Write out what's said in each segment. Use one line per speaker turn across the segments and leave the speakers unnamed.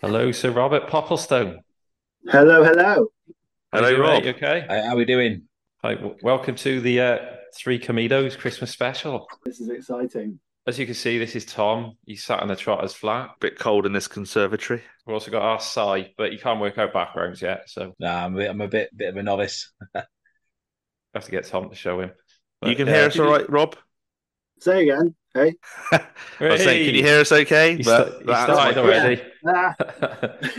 Hello, Sir Robert Popplestone.
Hello, hello.
How you
Hello,
doing,
Rob.
mate? You okay?
Hey, how we doing?
Hi, w- welcome to the uh, Three Comidos Christmas special.
This is exciting.
As you can see, this is Tom. He's sat in the Trotters flat.
bit cold in this conservatory.
We've also got our Sai, but he can't work out backgrounds yet, so
Nah, I'm a bit, I'm a bit, bit of a novice.
I have to get Tom to show him.
you
But,
can
uh,
hear us
did
all
you-
right, Rob?
Say again. Hey.
I was saying, can you
Hey!
hear us okay?
He,
But
sta- he
that's
started
like-
already.
Ah,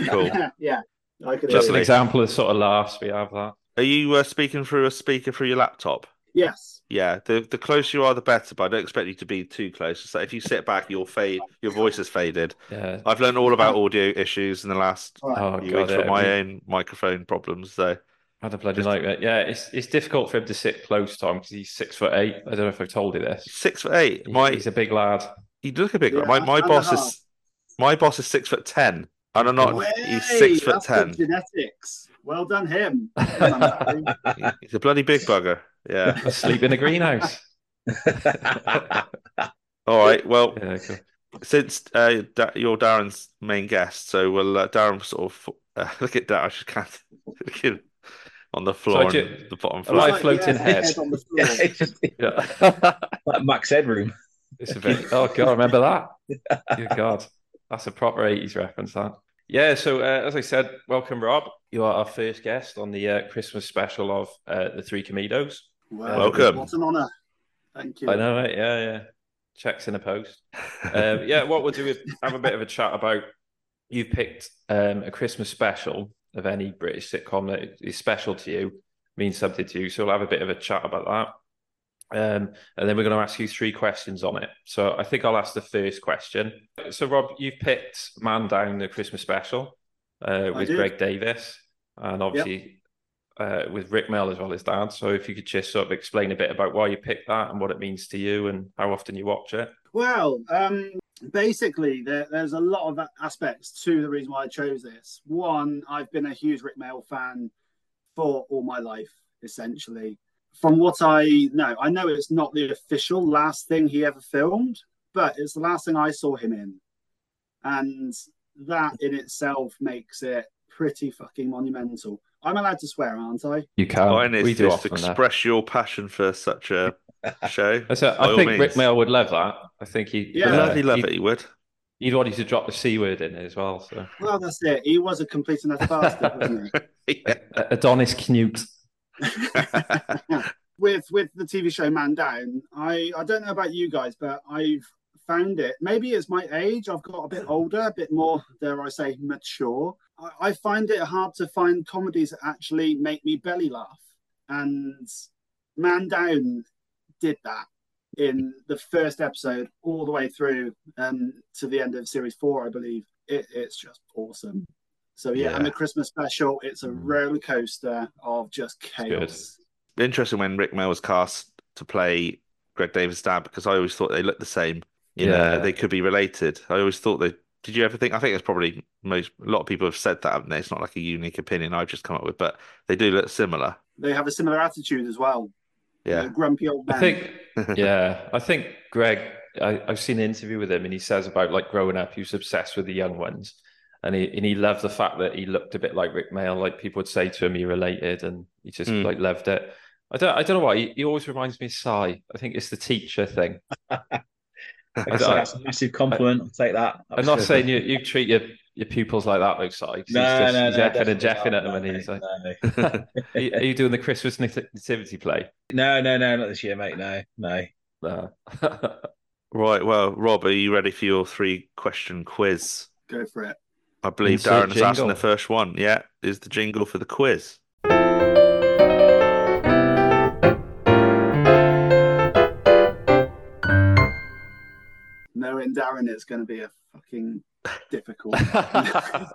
Cool.
yeah. I could
Just an
Lovely.
example of sort of laughs we have that.
Are you uh, speaking through a speaker through your laptop?
Yes.
Yeah, the the closer you are, the better. But I don't expect you to be too close. So if you sit back, you'll fade. Your voice has faded.
Yeah.
I've learned all about audio issues in the last
All right.
Oh,
few
God.
weeks with
yeah,
my
we-
own microphone problems. So
Had a bloody
Just-
nightmare. Yeah, it's it's difficult for him to sit close, Tom, because he's six foot eight. I don't know if I've told you this.
six foot eight.
He-
My
He's a big lad.
you look a big.
Yeah,
my my
and a
boss
half.
is my boss is six foot ten, and I'm not. Oh, He's
Hey,
six foot
that's good
ten.
Genetics. Well done, him.
He's a bloody big bugger. Yeah.
I sleep in a greenhouse.
All right. Well,
Yeah, cool.
since uh, da- you're Darren's main guest, so we'll uh, Darren sort of uh, look at Darren. I just can't look at him on the floor,
Sorry,
and
Ju-
the bottom
Am I
floor.
Like,
floating
yeah,
head?
on the floor.
it's just
Yeah.
like Max Headroom.
It's a bit. Oh God, remember that? Good God, that's a proper eighties reference. That. Yeah. So uh, as I said, welcome, Rob. You are our first guest on the uh, Christmas special of uh, the Three Comidos.
Wow,
Welcome.
What an honour. Thank you.
I know it. Yeah, yeah. Checks in the post. Um, yeah, what we'll do is have a bit of a chat about. You've picked um, a Christmas special of any British sitcom that is special to you, means something to you. So we'll have a bit of a chat about that. Um, and then we're going to ask you three questions on it. So I think I'll ask the first question. So, Rob, you've picked Man Down, the Christmas special uh, with
did.
Greg Davis and obviously uh, with Rick Mel as well as Dan. So, if you could just sort of explain a bit about why you picked that and what it means to you and how often you watch it.
Well, um, basically, there, there's a lot of aspects to the reason why I chose this. One, I've been a huge Rick Mail fan for all my life, essentially. From what I know, I know it's not the official last thing he ever filmed, but it's the last thing I saw him in. And that in itself makes it pretty fucking monumental. I'm allowed to swear, aren't I?
You can.
Mine is
we do
just
often that.
express your passion for such a show.
I said-
by
I
all
think Rick
means.
Mail would love that. I think he, uh,
Yeah.
He'd love,
he
he'd love it. He would.
He'd want you to drop the c word in it as well. So
Well, that's it. He was a complete and utter bastard, wasn't he?
Adonis Knute.
Yeah.
with with the TV show Man Down, I I don't know about you guys, but I've found it. Maybe it's my age. I've got a bit older, a bit more, dare I say, mature. I, I find it hard to find comedies that actually make me belly laugh, and Man Down did that in the first episode all the way through um, to the end of series four, I believe. It, it's just awesome. So yeah, and the Christmas special, it's a
Mm.
roller coaster of just
good.
chaos.
Interesting when Rick Mail was cast to play Greg Davis' dad because I always thought they looked the same. You
Yeah.
know, they could be related. I always thought they. Did you ever think? I think it's probably most. A lot of people have said that. Haven't they? It's not like a unique opinion I've just come up with, but they do look similar.
they have a similar attitude as well.
Yeah.
The grumpy old man.
I think, yeah, I think Greg. I, I've seen an interview with him, and he says about like growing up, he was obsessed with the young ones, and he and he loved the fact that he looked a bit like Rick Mail. Like people would say to him, he related," and he just
Hmm.
Mm.
like loved it. I don't, I don't know why. He, he always reminds me of Sai. I think it's the teacher thing.
That's,
I-
that's a massive compliment. I'll take that.
I'm not saying you, you treat your, your pupils like that, though, Si. 'cause he's
No,
just-
no,
he's
no.
effing and
definitely
jeffing
not.
at them, and he's like,
no,
are, you, are you doing the Christmas nat- nativity play?
no, no, no, not this year, mate. No, no.
No.
Right, well, Rob, are you ready for your three question quiz?
Go for it.
I believe
Insert
Darren is asking
jingle.
the first one. Yeah, is the jingle for the quiz.
Knowing Darren, it's going to be a fucking difficult.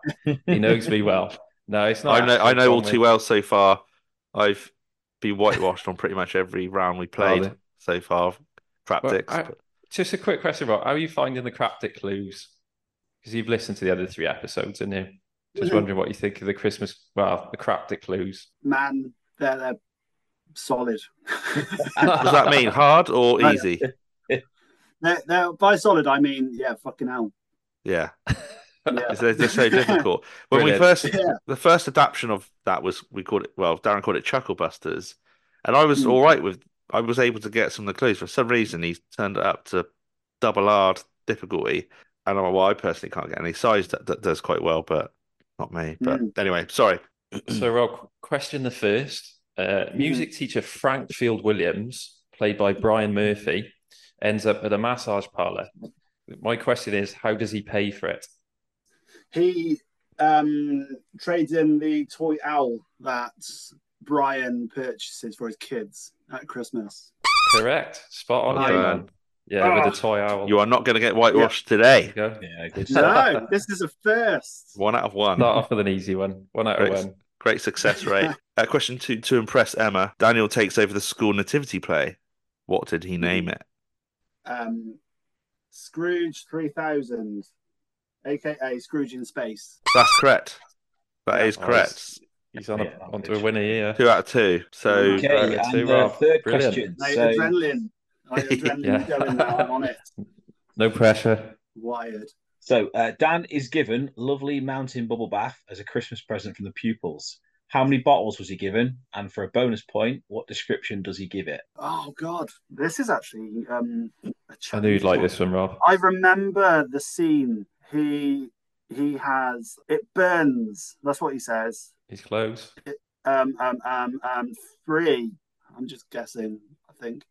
he knows me well. No, it's not.
I know I
actually
know all
Tom
too
Wade.
well so far. I've been whitewashed on pretty much every round we played
then.
so far. Craptics.
I- Just a quick question, Rob. How are you finding the Craptic clues? Because you've listened to the other three episodes, and you just
Mm-hmm.
Mhm.
wondering what you think of the Christmas, well, the Craptic clues.
man, they're, they're solid.
Does that mean hard or
I-
easy?
they're, they're, by solid, I mean, yeah, fucking hell.
Yeah.
Yeah.
It's- They're, they're so difficult. When
Brilliant.
we first,
Yeah.
the first adaptation of that was we called it. Well, Darren called it Chucklebusters, and I was
Hmm.
all right with. I was able to get some of the clues. For some reason, he's turned it up to double R difficulty, and I'm well, I personally can't get any size that, that does quite well, but not me.
Hmm.
But anyway, sorry.
So, Rob, qu- question the first. Uh,
Mm-hmm.
music teacher Frank Field Williams, played by Brian Murphy, ends up at a massage parlor. My question is, how does he pay for it?
He um, trades in the toy owl that Brian purchases for his kids at Christmas.
Correct. Spot on,
Nice.
young man. Yeah,
Oh.
with the
Ah.
toy owl.
You are not going to get whitewashed today.
There you
Yeah, good stuff.
No, this is a first.
One out of
go.
one.
Start off with an easy one. One out of
Great.
one.
Great success rate. uh, question two to impress Emma, Daniel takes over the school nativity play. What did he name
Hmm.
it?
Um, Scrooge 3000, aka Scrooge in Space.
That's correct. That
Yeah.
is
Oh,
correct.
He's on
Yeah,
a, onto a winner here.
Two out of two. So
Okay,
Right,
Okay,
let's
and
do
uh,
Rob.
third
Brilliant.
question.
Mate,
So,
adrenaline. My adrenaline
Yeah.
going now. I'm on it.
No pressure.
Wired.
so uh, Dan is given lovely mountain bubble bath as a Christmas present from the pupils. How many bottles was he given? And for a bonus point, what description does he give it?
Oh God, this is actually um, a
I knew you'd like
challenge.
this one, Rob.
I remember the scene. He he has it burns. That's what he says.
He's close.
Um um um um free. I'm just guessing. I think,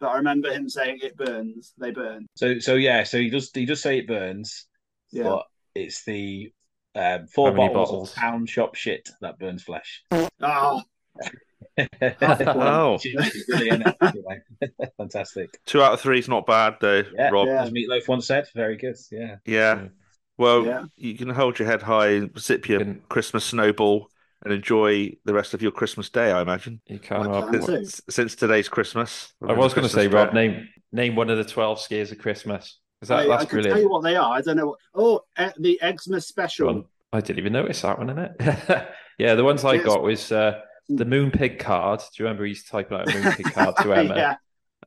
but I remember him saying it burns. They burn.
So, so yeah, so he does he does say it burns,
Yeah.
but it's the um, four
How many
bottles,
bottles?
of pound shop shit that burns flesh.
Oh,
Oh.
Brilliant, anyway. fantastic!
two out of three is not bad though,
Yeah,
Rob. Yeah.
Yeah.
as Meatloaf once said, very good. Yeah,
Yeah.
Well,
Yeah.
you can hold your head high, sip your
Can-
Christmas snowball, and enjoy the rest of your Christmas day. I imagine.
You can't.
Well
Rob.
done. That's it.
S- Since today's Christmas,
I was going to say, Rob,
Christmas fair.
name name one of the twelve scares of Christmas. Is that
I, I
that's
can tell you
brilliant?
what they are. I don't know. What, oh, eh, the Xmas
Go
special.
on. I didn't even notice that one, innit? yeah, the ones I
Yes.
got was uh, the moon pig card. Do you remember he's typing out a moon pig card to Emma?
yeah.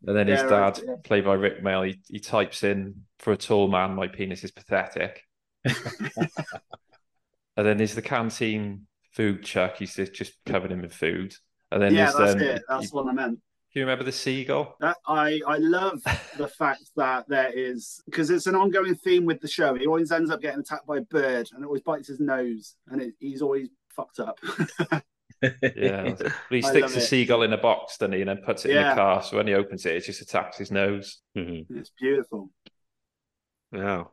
And then his
Yeah,
dad,
right, yeah.
played by Rick Mail, he, he types in, For a tall man, my penis is pathetic. and then there's the canteen food chuck. He's just, just covered him in food. And then
yeah,
there's
that's
um,
it. That's
you,
what I meant.
you remember the seagull?
That, I I love the fact that there is because it's an ongoing theme with the show. He always ends up getting attacked by a bird, and it always bites his nose, and it, he's always fucked up.
Yeah. But he
I
sticks
love
the
it.
seagull in a box, doesn't he? And then puts it in the
Yeah.
car. So when he opens it, it just attacks his nose.
Mhm.
Hmm.
it's beautiful.
Yeah.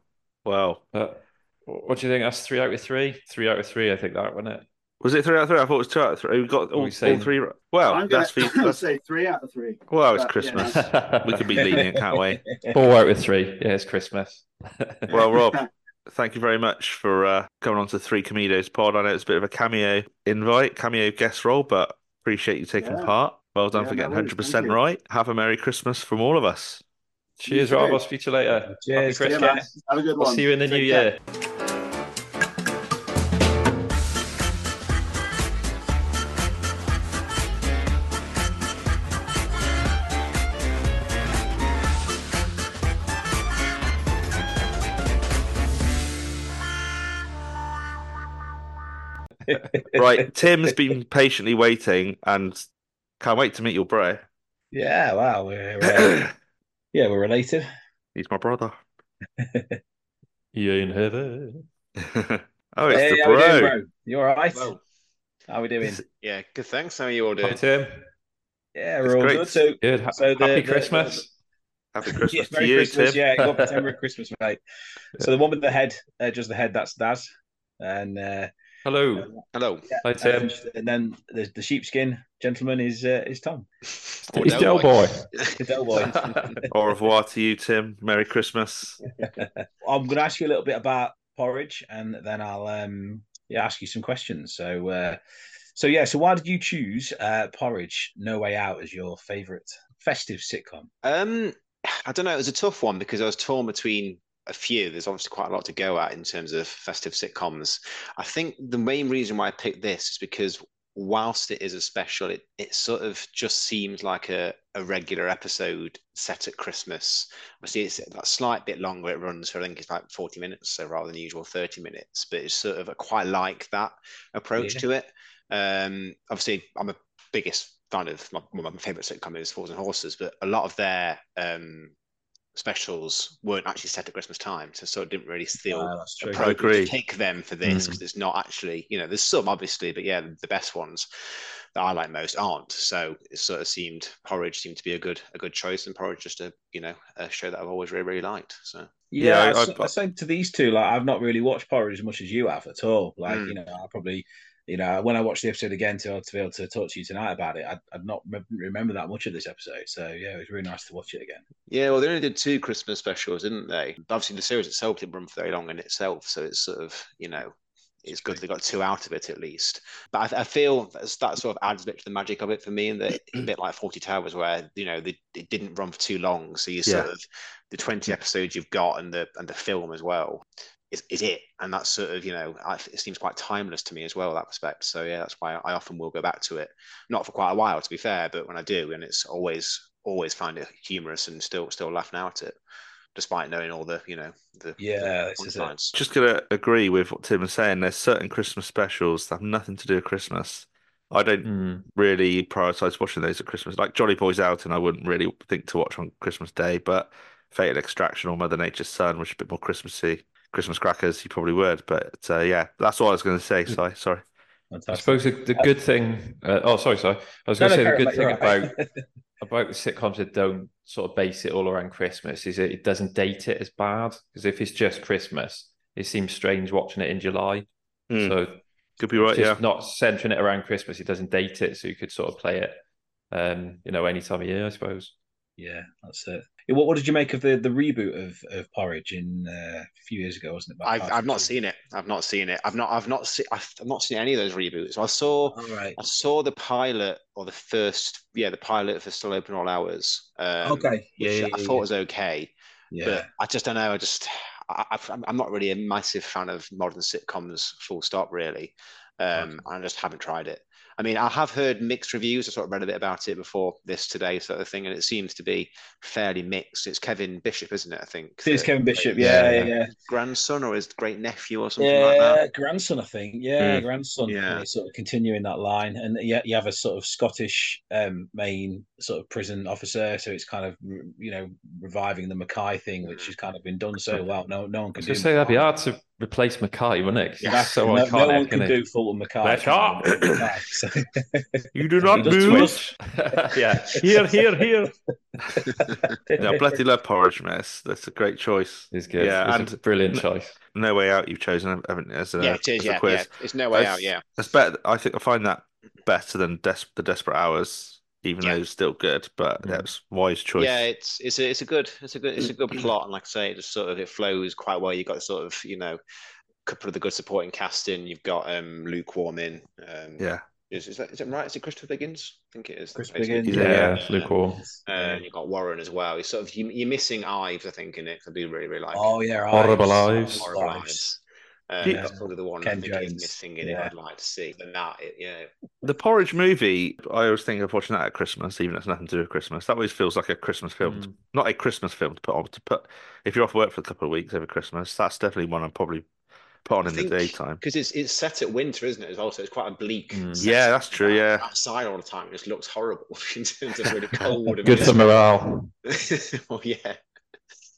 Well,
But wh- what do you think? That's three out of three? Three out of three, I think that, wasn't it?
was it three out of three? I thought it was two out of three. We got
Are we
all, all
saying-
three. ri- Well,
I'm gonna
that's, fe- that's
say three out of three.
well, it's
But, yeah.
Christmas. We can be lenient, can't we?
Four out of three. Yeah, it's Christmas.
Well, Rob, thank you very much for uh, coming on to Three Comedos Pod. I know it's a bit of a cameo invite, cameo guest role, but appreciate you taking
Yeah.
part. Well done
Yeah,
for
no
getting
worries. Thank
100%
you.
right. Have a Merry Christmas from all of us.
Cheers,
You
Rob.
too.
I'll speak to you later.
Cheers,
Happy
Yeah,
Christmas.
man. Have a good
I'll
one.
see you in the
Take
new
care.
year.
Right. Tim's been patiently waiting and can't wait to meet your bro.
Yeah, wow. We're, uh, yeah, we're related.
He's my brother.
You in heaven.
oh, it's
hey,
the
how we
bro.
doing, bro? You all right?
Hello.
How we doing?
Is- yeah, good. Thanks. How are you all
Hi,
doing?
Tim.
Yeah,
It's
we're all
great.
good. So,
Good. Ha-
So the-
Happy
the-
Christmas.
Happy Christmas
yeah,
to
Merry
you,
Christmas.
Tim.
Yeah, good Merry Christmas, mate. So the one with the head, uh, just the head, that's Daz. And uh,
Hello.
Hello.
Hi, Tim.
and then the, the sheepskin gentleman is uh, is Tom.
Or
He's Del
Del
Boy.
The Del Boy.
Au revoir to you, Tim. Merry Christmas.
I'm going to ask you a little bit about porridge, and then I'll um, yeah, ask you some questions. So, uh, so yeah, so why did you choose uh, porridge? No Way Out as your favourite festive sitcom.
Um, I don't know. It was a tough one because I was torn between a few. There's obviously quite a lot to go at in terms of festive sitcoms. I think the main reason why I picked this is because whilst it is a special, it, it sort of just seems like a, a regular episode set at Christmas. Obviously, it's that slight bit longer it runs, so I think it's like 40 minutes, so rather than the usual 30 minutes, but it's sort of I quite like that approach
Yeah.
to it. Um, obviously, I'm a biggest kind of my, one of my favorite sitcom is Fools and Horses, but a lot of their um, specials weren't actually set at Christmas time, so sort of didn't really feel
Uh, that's true.
Pro-
appropriate
agree.
to take them for this because it's not actually, you know, there's some obviously, but yeah, the best ones that I like most aren't. So it sort of seemed porridge seemed to be a good a good choice, and porridge just a you know a show that I've always really really liked. So
Yeah,
Yeah, I-
I, s-
I-
I said to these two, like I've not really watched Porridge as much as you have at all. Like
Hmm.
Mm.
you know, I probably, you know, when I watched the episode again to, to be able to talk to you tonight about it, I'd, I'd not rem- remember that much of this episode. So yeah, it was really nice to watch it again.
yeah, well they only did two Christmas specials, didn't they? But obviously the series itself didn't run for very long in itself, so it's sort of you know. It's good they got two out of it at least, but I, I feel that's, that sort of adds a bit to the magic of it for me. And that
Mm.
a bit like Forty Towers, where you know they, it didn't run for too long, so you sort
Yeah.
of the 20 episodes you've got and the and the film as well is, is it and that's sort of you know I, it seems quite timeless to me as well in that respect so yeah that's why i often will go back to it not for quite a while to be fair but when i do and it's always always find it humorous and still still laugh now at it despite knowing all the you know the
Yeah, this is it.
punchlines.
Just gonna agree with what Tim was saying. There's certain Christmas specials that have nothing to do with Christmas. I don't
Mm.
really prioritize watching those at Christmas. Like Jolly Boys Out, and I wouldn't really think to watch on Christmas Day, but Fatal Extraction or Mother Nature's Son, which is a bit more Christmassy. Christmas crackers, you probably would, but uh, yeah, that's what I was going to say. So sorry.
I
Fantastic.
suppose the, the good thing. Uh, oh, sorry, sorry. I was
No,
going
no,
to say the
carry on,
good
mate,
thing
you're all
about
right.
about the sitcoms that don't sort of base it all around Christmas is it, it doesn't date it as bad because if it's just Christmas, it seems strange watching it in July.
Hmm,
So
could be right.
just
Yeah,
not centering it around Christmas, it doesn't date it, so you could sort of play it, um, you know, any time of year, I suppose.
yeah, that's it. Yeah, What, what did you make of the, the reboot of, of Porridge in uh, a few years ago, wasn't it?
I've, I've not seen it i've not seen it i've not i've not seen i've not seen any of those reboots i saw
All right.
I saw the pilot or the first, yeah, the pilot for Still Open All Hours. Um,
Okay. Yeah,
which
yeah,
I
yeah,
thought
yeah.
was okay,
Yeah.
but I just don't know. I just, I, I've- I'm- I'm not really a massive fan of modern sitcoms, full stop, really. Um, I just haven't tried it. I mean, I have heard mixed reviews. I sort of read a bit about it before this today, sort of thing, and it seems to be fairly mixed. It's Kevin Bishop, isn't it? I think.
It is
the-
Kevin Bishop.
like,
Yeah,
yeah.
yeah, yeah.
Grandson or his great nephew or something like
Yeah,
that. Hmm.
grandson, I think. Yeah,
Mm.
grandson.
Yeah.
Yeah. Sort of continuing that line. And yeah, you have a sort of Scottish um, main sort of prison officer. So it's kind of, you know, reviving the Mackay thing,
Hmm.
which has kind of been done so well. No no one
I
can
was
do
going to say that'd be
Mackay.
hard to replace Mackay, wouldn't it? 'Cause
Yeah.
That's so
no,
iconic.
no one can
innit?
do Fulton Mackay.
Let's up.
Mackay, so-
you do
not
not
Just move.
move.
twitch.
yeah, here, here, here.
No, bloody love porridge, mate. That's, that's a great choice.
It's good.
Yeah,
it's a brilliant choice.
No way out. You've chosen, haven't you? As a,
Yeah, it is.
as a
Yeah,
quiz.
yeah. It's no way
That's-
out. Yeah.
That's better. I think I find that better than Des- the Desperate Hours, even
Yeah.
though it's still good. But
Mm.
that's wise choice.
Yeah, it's it's a it's a good it's a good it's a good plot, and like I say, it just sort of it flows quite well. You've got sort of you know a couple of the good supporting cast in. You've got um Luke Warm in. Um,
yeah.
is, is that is it right? Is it Christopher Biggins? I think it is. that
Chris
plays
Biggins,
Luke.
Yeah,
Yeah, it's lukewarm.
Uh, you've got Warren as well. You sort of you, you're missing Ives, I think, in it. 'cause I do really really like.
Oh, yeah.
Horrible
Ives.
Ives.
Horrible
Ives.
Ives. Um,
Yeah.
That's probably the one
Ken
I think is
Jones.
missing in
Yeah.
it. I'd like to see. But now, it, yeah,
The Porridge movie, I always think of watching that at Christmas, even if it's nothing to do with Christmas. That always feels like a Christmas film,
Hmm.
to-
Mm.
not a Christmas film to put on. To put if you're off work for a couple of weeks over Christmas, that's definitely one I'm probably put on in the daytime.
because it's it's set at winter, isn't it? As well, so it's quite a bleak.
Mm.
setting.
Yeah, that's true. Yeah,
outside all the time. It just looks horrible in terms of really cold. and
Good for
miserable.
morale.
well, yeah,
yeah.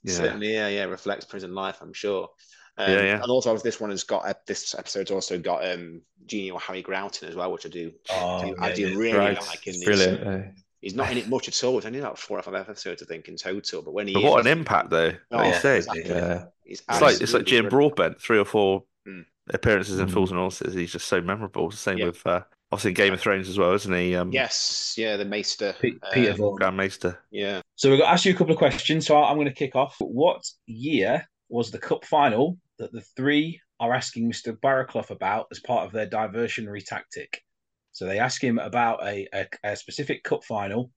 certainly, yeah, yeah. Reflects prison life, I'm sure. Um,
Yeah, yeah.
And also, this one has got ep- this episode's also got um, genial Harry Groughton as well, which I do,
Oh,
do- I
yeah,
do
yeah.
really
Right,
like. In this.
brilliant. eh?
He's not in it much at all. It's only about four or five episodes, I think, in total. But when he
But
is,
what an
he's-
impact, though. Like
Oh,
you
yeah,
say,
exactly.
yeah,
he's
it's like it's like
absolutely
Jim
brilliant.
Broadbent, three or four
Mm.
appearances in
Mm.
Fools and Horses. He's just so memorable. It's the Same
Yeah.
with uh, obviously in Game of Thrones as well, isn't he? Um,
Yes, yeah, the Maester.
Pe-
uh,
Peter Vaughan.
Grand Maester.
yeah.
So we're going to ask you a couple of questions. So I- I'm going to kick off. What year was the cup final that the three are asking Mr. Barraclough about as part of their diversionary tactic? So they ask him about a, a, a specific cup final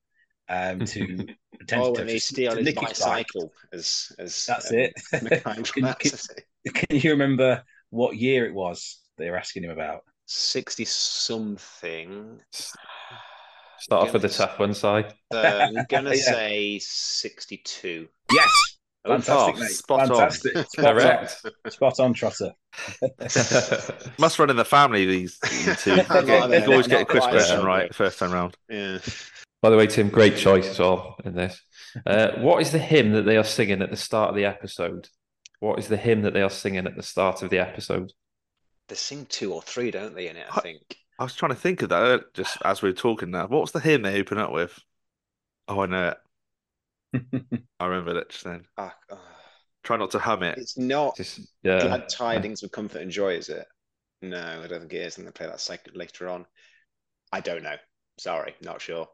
um, to
Oh,
to-
and they
to
steal his
nick his bike.
bicycle as as
That's
um,
it.
Mackay-
can,
that's it.
can- can you remember what year it was they were asking him about?
sixty something.
Start off with the tough one, side.
Uh, I'm gonna
Yeah.
say sixty-two.
Yes.
Oh,
Fantastic,
oh,
mate.
spot on.
Fantastic. Spot on.
Correct.
Spot on, Trotter.
Must run in the family, these you two.
Okay.
You can always
Not
get a Chris
quite,
question
yeah.
right first time round.
Yeah.
By the way, Tim, great choice as well in this. Uh, what is the hymn that they are singing at the start of the episode? What is the hymn that they are singing at the start of the episode?
They sing two or three, don't they? In it, I
Huh.
think.
I was trying to think of that uh, just as we were talking now. What was the hymn they open up with? Oh, I know it. I remember it just then.
Ah, ah.
Try not to hum it.
it's not
Just
uh,
yeah,
glad tidings of comfort and joy, is it? No, I don't think it is. And they play that psych- later on. I don't know. Sorry, not sure.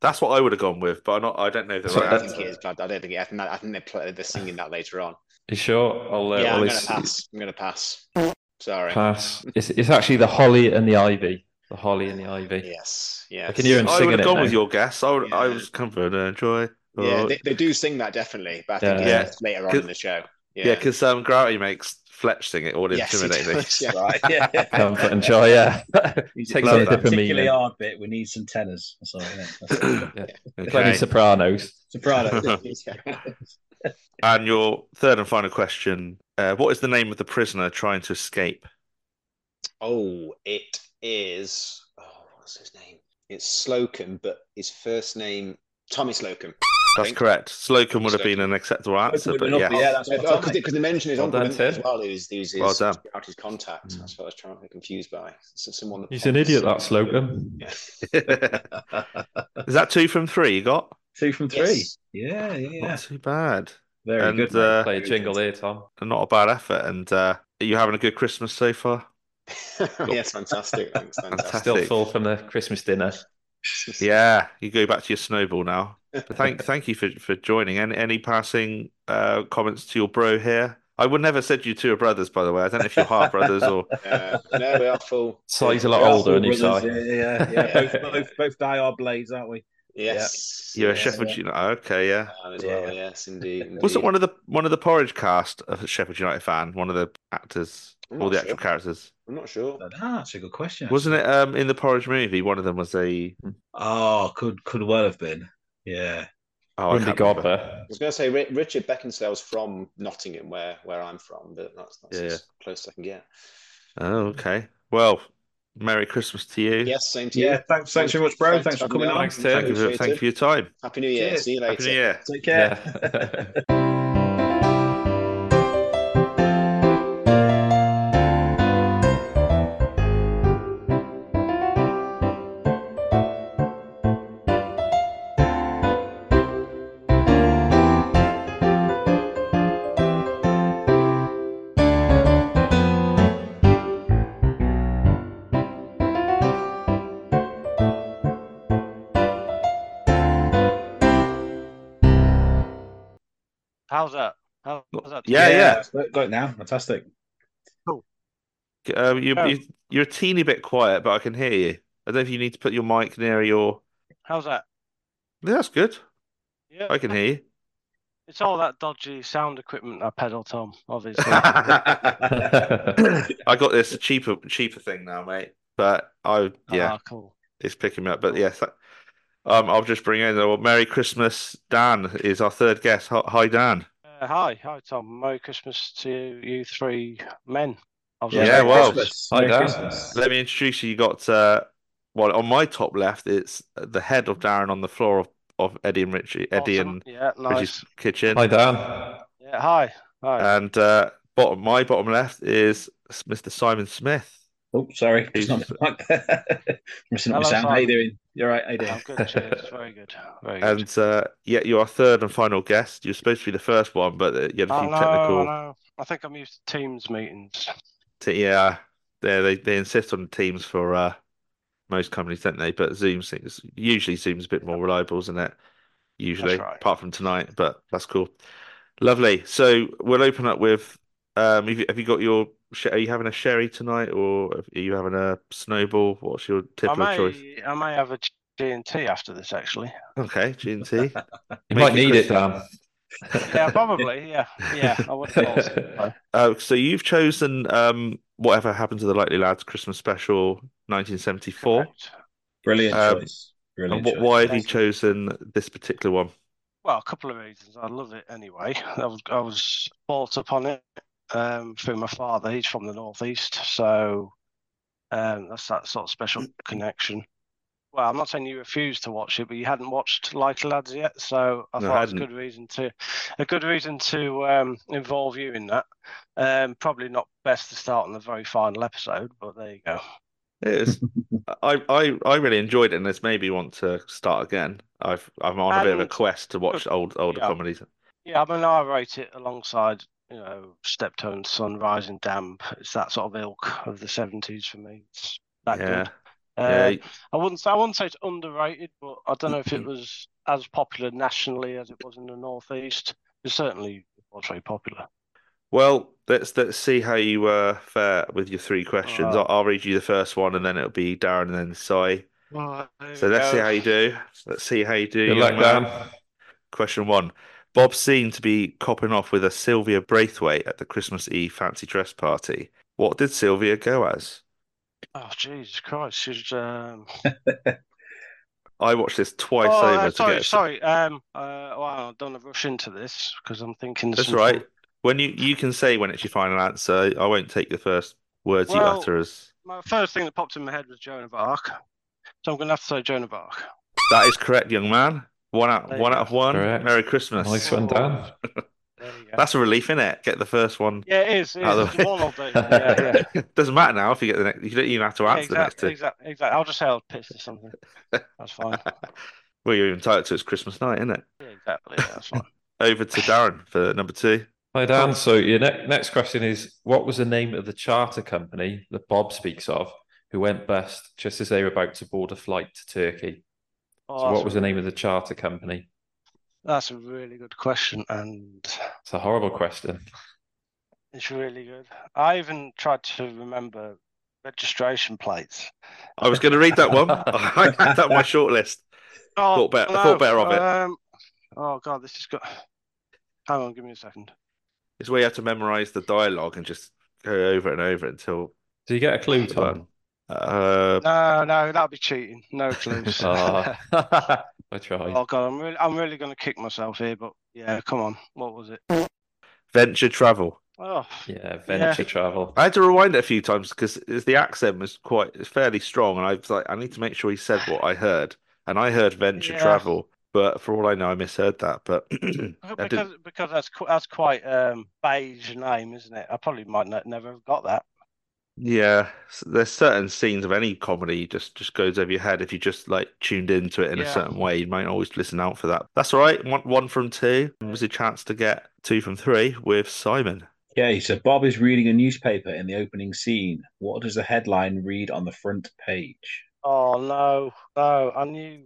That's what I would have gone with, but I'm not, I don't know the
So
I
right
don't
that's-
think it is. Glad. I don't think it. I think, I think they play, they're singing that later on.
you sure? I'll, uh,
yeah,
I'll
I'm gonna
s-
pass. I'm gonna pass. Sorry.
pass. It's, it's actually the holly and the ivy. The holly and the ivy.
Yes. Yes.
I can hear him
I would
singing
have
it.
gone with
now.
your guess. I, would, I
Yeah.
was comfort and joy.
Yeah,
Oh,
they, they do sing that definitely, but I think
Yeah.
it's later on in the show.
yeah, because um, Grouty makes Fletch sing it all
Yes, he
intimidating.
does, yeah.
Right. Yeah.
Comfort and joy, yeah.
He's
Takes
on a
a
different
particularly
meaning.
hard bit. We need some tenors. That's all, isn't it? That's it.
Plenty
Okay.
sopranos.
Soprano.
Yeah.
And your third and final question uh, What is the name of the prisoner trying to escape?
Oh, it is. Oh, what's his name? It's Slocum, but his first name Tommy Slocum.
That's
think-
correct. Slocum would have
Slocum.
been an acceptable answer,
Open
but
it up,
yeah.
yeah, that's what
because
I'm
they, Oh, 'cause they mentioned his
Well
uncle
done,
didn't they, as
Ted.
well, who's, who's his,
Well done.
out his contact.
Hmm.
That's what I was trying to get confused by. So someone
He's an idiot, that Slocum.
Yeah.
is
like.
that two from three you got?
Two from three.
Yes.
Yeah, yeah, yeah.
Not too bad.
Very
and,
good.
uh,
mate.
Play a
Very
jingle
good.
here, Tom.
Not a bad effort. And uh, are you having a good Christmas so far?
yes, fantastic. Thanks, fantastic.
Still
Fantastic.
full from the Christmas dinner.
Yeah, you go back to your snowball now. But thank thank you for, for joining. Any any passing uh, comments to your bro here? I would never said you two are brothers, by the way. I don't know if you're half brothers or
Uh, no, we are full.
Size a lot
We're all
older, and you
brothers,
size.
Yeah, yeah, yeah. both, both, both die our blades, aren't we?
Yes.
you're a
yes,
Sheffield United. Okay, yeah.
I am As well,
Yeah.
yes, indeed.
Wasn't
indeed.
one of the one of the Porridge cast a Sheffield United fan? One of the actors,
I'm
all
not
the actual
sure.
characters.
I'm not sure.
Ah, that's a good question.
Wasn't it um in the Porridge movie? One of them was a
Oh, could could well have been. Yeah.
oh, I
Grundy
can't remember.
Godber.
I was going to say Ri- Richard Beckinsale's from Nottingham, where where I'm from, but that's, that's
Yeah.
as close as I can get.
Oh, okay. Well, Merry Christmas to you.
Yes, same to you.
Yeah. Thanks, thanks very much, bro. Thanks, for coming
having me
on.
on. Thanks, Tim.
Thank you for,
Appreciate
thank you
it.
for your time.
Happy New Year.
Cheers.
See you
Happy
later.
New Year.
Take care.
yeah.
How's that? How's that?
Yeah, yeah.
Got it now. Fantastic.
Um, you,
Oh.
you, you're a teeny bit quiet, but I can hear you. I don't know if you need to put your mic near your.
How's that?
Yeah, that's good.
Yeah.
I can hear you.
It's all that dodgy sound equipment I pedal, Tom, obviously.
I got this cheaper cheaper thing now, mate. But I yeah,
Ah, cool.
it's picking me up. But yeah, th- um, I'll just bring in. Well, Merry Christmas, Dan is our third guest. Hi, hi, Dan.
Uh, hi, hi, Tom. Merry Christmas to you three men. I was
Yeah,
gonna say
well,
Christmas.
I
Merry
know.
Christmas.
Let me introduce you. You got uh, well on my top left. It's the head of Darren on the floor of, of Eddie and Richie, Eddie
awesome.
and
Yeah,
Richie's
nice.
kitchen.
Hi, Dan.
Yeah, hi. Hi.
And uh, bottom, my bottom left is Mr. Simon Smith.
Oh, sorry. It's not
Jesus.
missing up my
Hello,
sound. How you
Simon.
doing? You're right. How you
I'm
doing?
good, cheers. Very good. Very good.
And uh, yeah, you're our third and final guest. You're supposed to be the first one, but uh, you had a
I
few
know, I
technical.
know. I think I'm used to Teams meetings.
T- yeah, they, they they insist on Teams for uh, most companies, don't they? But Zoom seems usually Zoom's a bit more reliable, isn't it? Usually,
right.
apart from tonight, but that's cool. Lovely. So we'll open up with. Um, have you, have you got your? sh- Are you having a sherry tonight, or are you having a snowball? What's your
I
typical
may,
choice?
I may have a G&T after this, actually.
Okay, G and T.
You
Make
might
it
need it, Dan.
Yeah, probably. Yeah, yeah. I would have thought so.
Uh, so you've chosen um, Whatever Happened to the Likely Lads Christmas Special 1974.
Correct.
Brilliant
Um,
choice.
And
Brilliant
what,
choice.
why have you chosen this particular one?
Well, a couple of reasons. I love it anyway. I was, I was brought up on it um, through my father. He's from the northeast, so um, that's that sort of special
Mm.
connection. Well, I'm not saying you refused to watch it, but you hadn't watched Like Lads yet, so
No,
I
I
thought it was a
hadn't.
good reason to a good reason to um, involve you in that. Um, probably not best to start on the very final episode, but there you go.
It is. I, I I really enjoyed it, and this made me want to start again. I've I'm on a bit of a
And-
quest to watch old older
Yeah.
comedies.
Yeah, I mean, I rate it alongside, you know, Steptoe Sun, Rising Damp. It's that sort of ilk of the 70s for me. It's that
yeah,
good.
yeah.
Uh, I wouldn't say I wouldn't say it's underrated, but I don't know if
Mm-hmm.
it was as popular nationally as it was in the Northeast. It certainly was very popular.
Well, let's let's see how you uh, fare with your three questions.
Uh,
I'll, I'll read you the first one, and then it'll be Darren, and then Si. So let's see how you do. Let's see how you do, Uh,
Good
young
luck,
man.
man.
Question one. Bob seemed to be copping off with a Sylvia Braithwaite at the Christmas Eve fancy dress party. What did Sylvia go as?
Oh, Jesus Christ. She's, um...
I watched this twice
Oh,
over
uh,
to
sorry,
get.
sorry. Um, uh, well, I don't want to rush into this because I'm thinking
That's
something-
right. When you you can say when it's your final answer, I won't take the first words you
Well-
utter as
My first thing that popped in my head was Joan of Arc. So I'm going to have to say Joan of Arc.
that is correct, young man. One out
There
one
you
out
go.
of one.
Correct.
Merry Christmas.
Nice one, Dan.
Oh. There you go.
That's a relief, isn't it? Get the first one.
yeah, it is. It
Out
is.
of
It's
the way.
one of those. Yeah, yeah.
Doesn't matter now if you get the next you don't even have to answer
exactly,
the next
exactly, exactly. I'll just say I was pissed or something. That's
two.
fine.
well, you're entitled to it's Christmas night, isn't it?
Yeah, exactly. Yeah, that's fine.
Over to Darren for number two.
Hi, Dan. So your ne- next question is: What was the name of the charter company that Bob speaks of, who went bust just as they were about to board a flight to Turkey?
Oh,
So
that's
what was the
a-
name of the charter company?
That's a really good question, and
It's a horrible question.
it's really good. I even tried to remember registration plates.
I was going to read that one. I had that on my shortlist.
Oh,
Thought bet- thought better of it.
Um, oh God, this has got. Hang on, give me a second.
It's where you have to memorize the dialogue and just go over and over until
Do you get a clue, Tom?
Uh,
No, no, that'd be cheating. No clues.
Ah, I tried.
Oh god, I'm really, I'm really going to kick myself here, but yeah, come on. What was it?
venture travel.
Oh,
Yeah, venture travel.
I had to rewind it a few times because the accent was quite it's fairly strong, and I was like, I need to make sure he said what I heard, and I heard venture
Yeah.
travel, but for all I know, I misheard that. But I
because
did.
because that's qu- that's quite um beige name, isn't it? I probably might not, never have got that.
Yeah, s- there's certain scenes of any comedy just just goes over your head if you just like tuned into it in a
Yeah.
certain way. You might not always listen out for that. That's all right. One one from two It was a chance to get two from three with Simon.
Okay, so Bob is reading a newspaper in the opening scene. What does the headline read on the front page?
Oh no, no, I knew.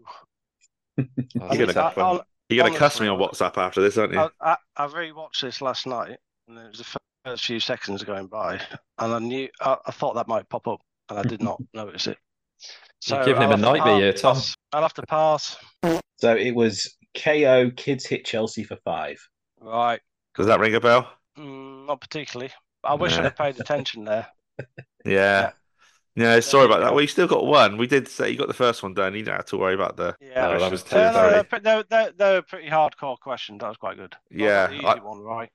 Oh,
I
You're
knew
gonna
that.
have fun.
I,
You're gonna cuss
Honestly,
me on
I-
WhatsApp after this, aren't you?
I, I, I rewatched this last night, and it was the first few seconds going by, and I knew I, I thought that might pop up, and I did not notice it. So
You're giving him
I'll
a
have to
nightmare here,
pass-
Tom.
I'll have to pass.
So it was KO kids hit Chelsea for five.
Right,
Does that ring a bell?
mm, not particularly. I wish
Nah.
I'd have paid attention there.
Yeah. Yeah, sorry
you
about that.
go.
Well, you still got one. We did say you got the first one done. You don't have to worry about the
Yeah.
Oh, that was
questions
No,
terrible.
too,
no,
sorry.
they're, pre- they're, they're, they're a pretty hardcore question. That was quite good. I got
Yeah,
the easy
I-
one, right?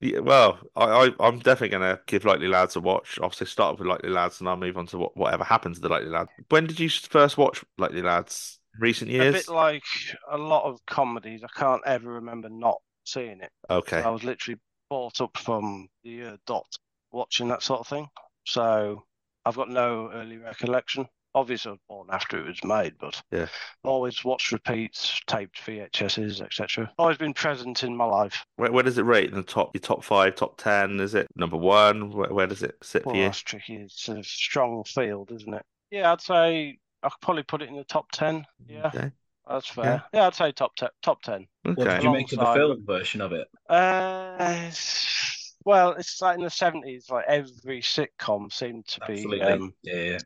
Yeah, well, I, I I'm definitely gonna give Likely Lads a watch. Obviously, start with Likely Lads, and I'll move on to what, whatever happens to the Likely Lads. When did you s- first watch Likely Lads? Recent
A
years?
bit like a lot of comedies. I can't ever remember not seeing it.
Okay,
I was literally brought up from the year dot watching that sort of thing. So I've got no early recollection. Obviously, I was born after it was made, but
Yeah.
always watched repeats, taped VHSs, etc. Always been present in my life.
where, where does it rate in the top? Your top five, top ten? Is it number one? Where, where does it sit for
Well,
you?
that's tricky. It's a strong field, isn't it? Yeah, I'd say I could probably put it in the top ten. Yeah,
Okay,
that's fair. Yeah, I'd say top ten. Top ten.
What
okay.
did you make of the
Alongside-
film version of it?
Uh, it's- well, it's like in the seventies, like every sitcom seemed to be,
Absolutely.
um,
yeah.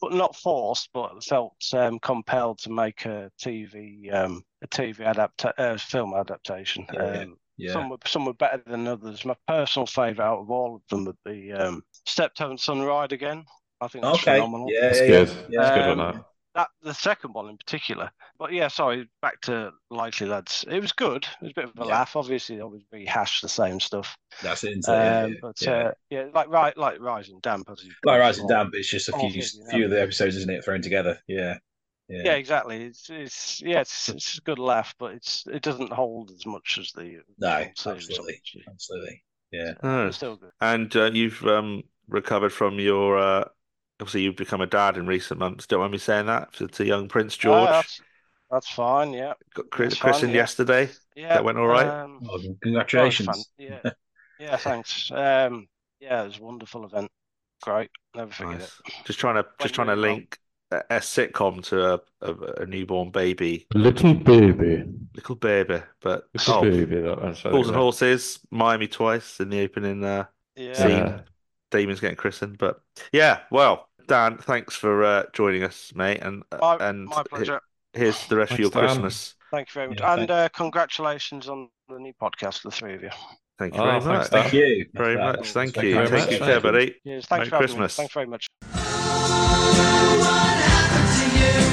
but not forced, but felt um, compelled to make a TV, um, a TV adapt, uh, film adaptation.
Yeah.
Um,
Yeah.
Some were some were better than others. My personal favourite out of all of them would be um, Step Toe and Sun Ride again. I think that's
okay.
phenomenal.
Yeah,
It's
yeah,
good.
yeah.
It's good
Um,
on that.
That the second one in particular. But yeah, sorry, back to Likely Lads. It was good. It was a bit of a
Yeah.
laugh. Obviously, they always rehash the same stuff.
That's it. isn't it? Yeah,
Um,
yeah,
but
yeah.
uh, yeah, like right, like Rising Damp. As you-
like Rising Damp, it's just a
Oh,
few
good, yeah.
few of the episodes, isn't it, thrown together? Yeah. Yeah.
Yeah, exactly. It's it's yeah, it's, it's a good laugh, but it's it doesn't hold as much as the
No,
original series,
absolutely.
obviously.
Absolutely. Yeah.
Oh,
It's still good.
and uh, you've um, recovered from your. Uh, obviously, you've become a dad in recent months. Don't mind me saying that to, to young Prince
Oh,
George.
that's, that's fine. Yeah,
Got chri-
that's fine,
christened
yeah.
yesterday.
yeah.
That went all right?
um,
Well,
that was
congratulations.
fan- yeah, yeah. Thanks. Um, yeah, it was a wonderful event. Great. Never forget
Nice.
it.
Just trying to just trying to
really well.
link a, a sitcom to a, a, a newborn baby,
Little baby.
little baby. But
Little
Um,
oh,
baby. That, I'm sorry.
Bulls and
Oh.
Horses, Miami twice in the opening. Uh,
Yeah.
scene. Damon's getting christened, but yeah. Well, Dan, thanks for uh, joining us, mate. And uh,
My,
and
my
he-
pleasure.
here's the rest of
Thanks,
your
Dan.
Christmas.
Thank you very much,
Yeah,
and uh, congratulations on the new podcast, the three of you.
Thank you
Oh,
very
thanks,
much.
Dan.
Thank you.
Very
That's
much.
that.
Thank
Thank
you.
you very
Take
much.
care, buddy.
Yes,
Merry
thanks for having me.
Christmas.
Thanks very much.
What happened to you?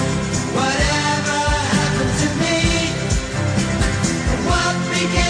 Whatever happened to me? What became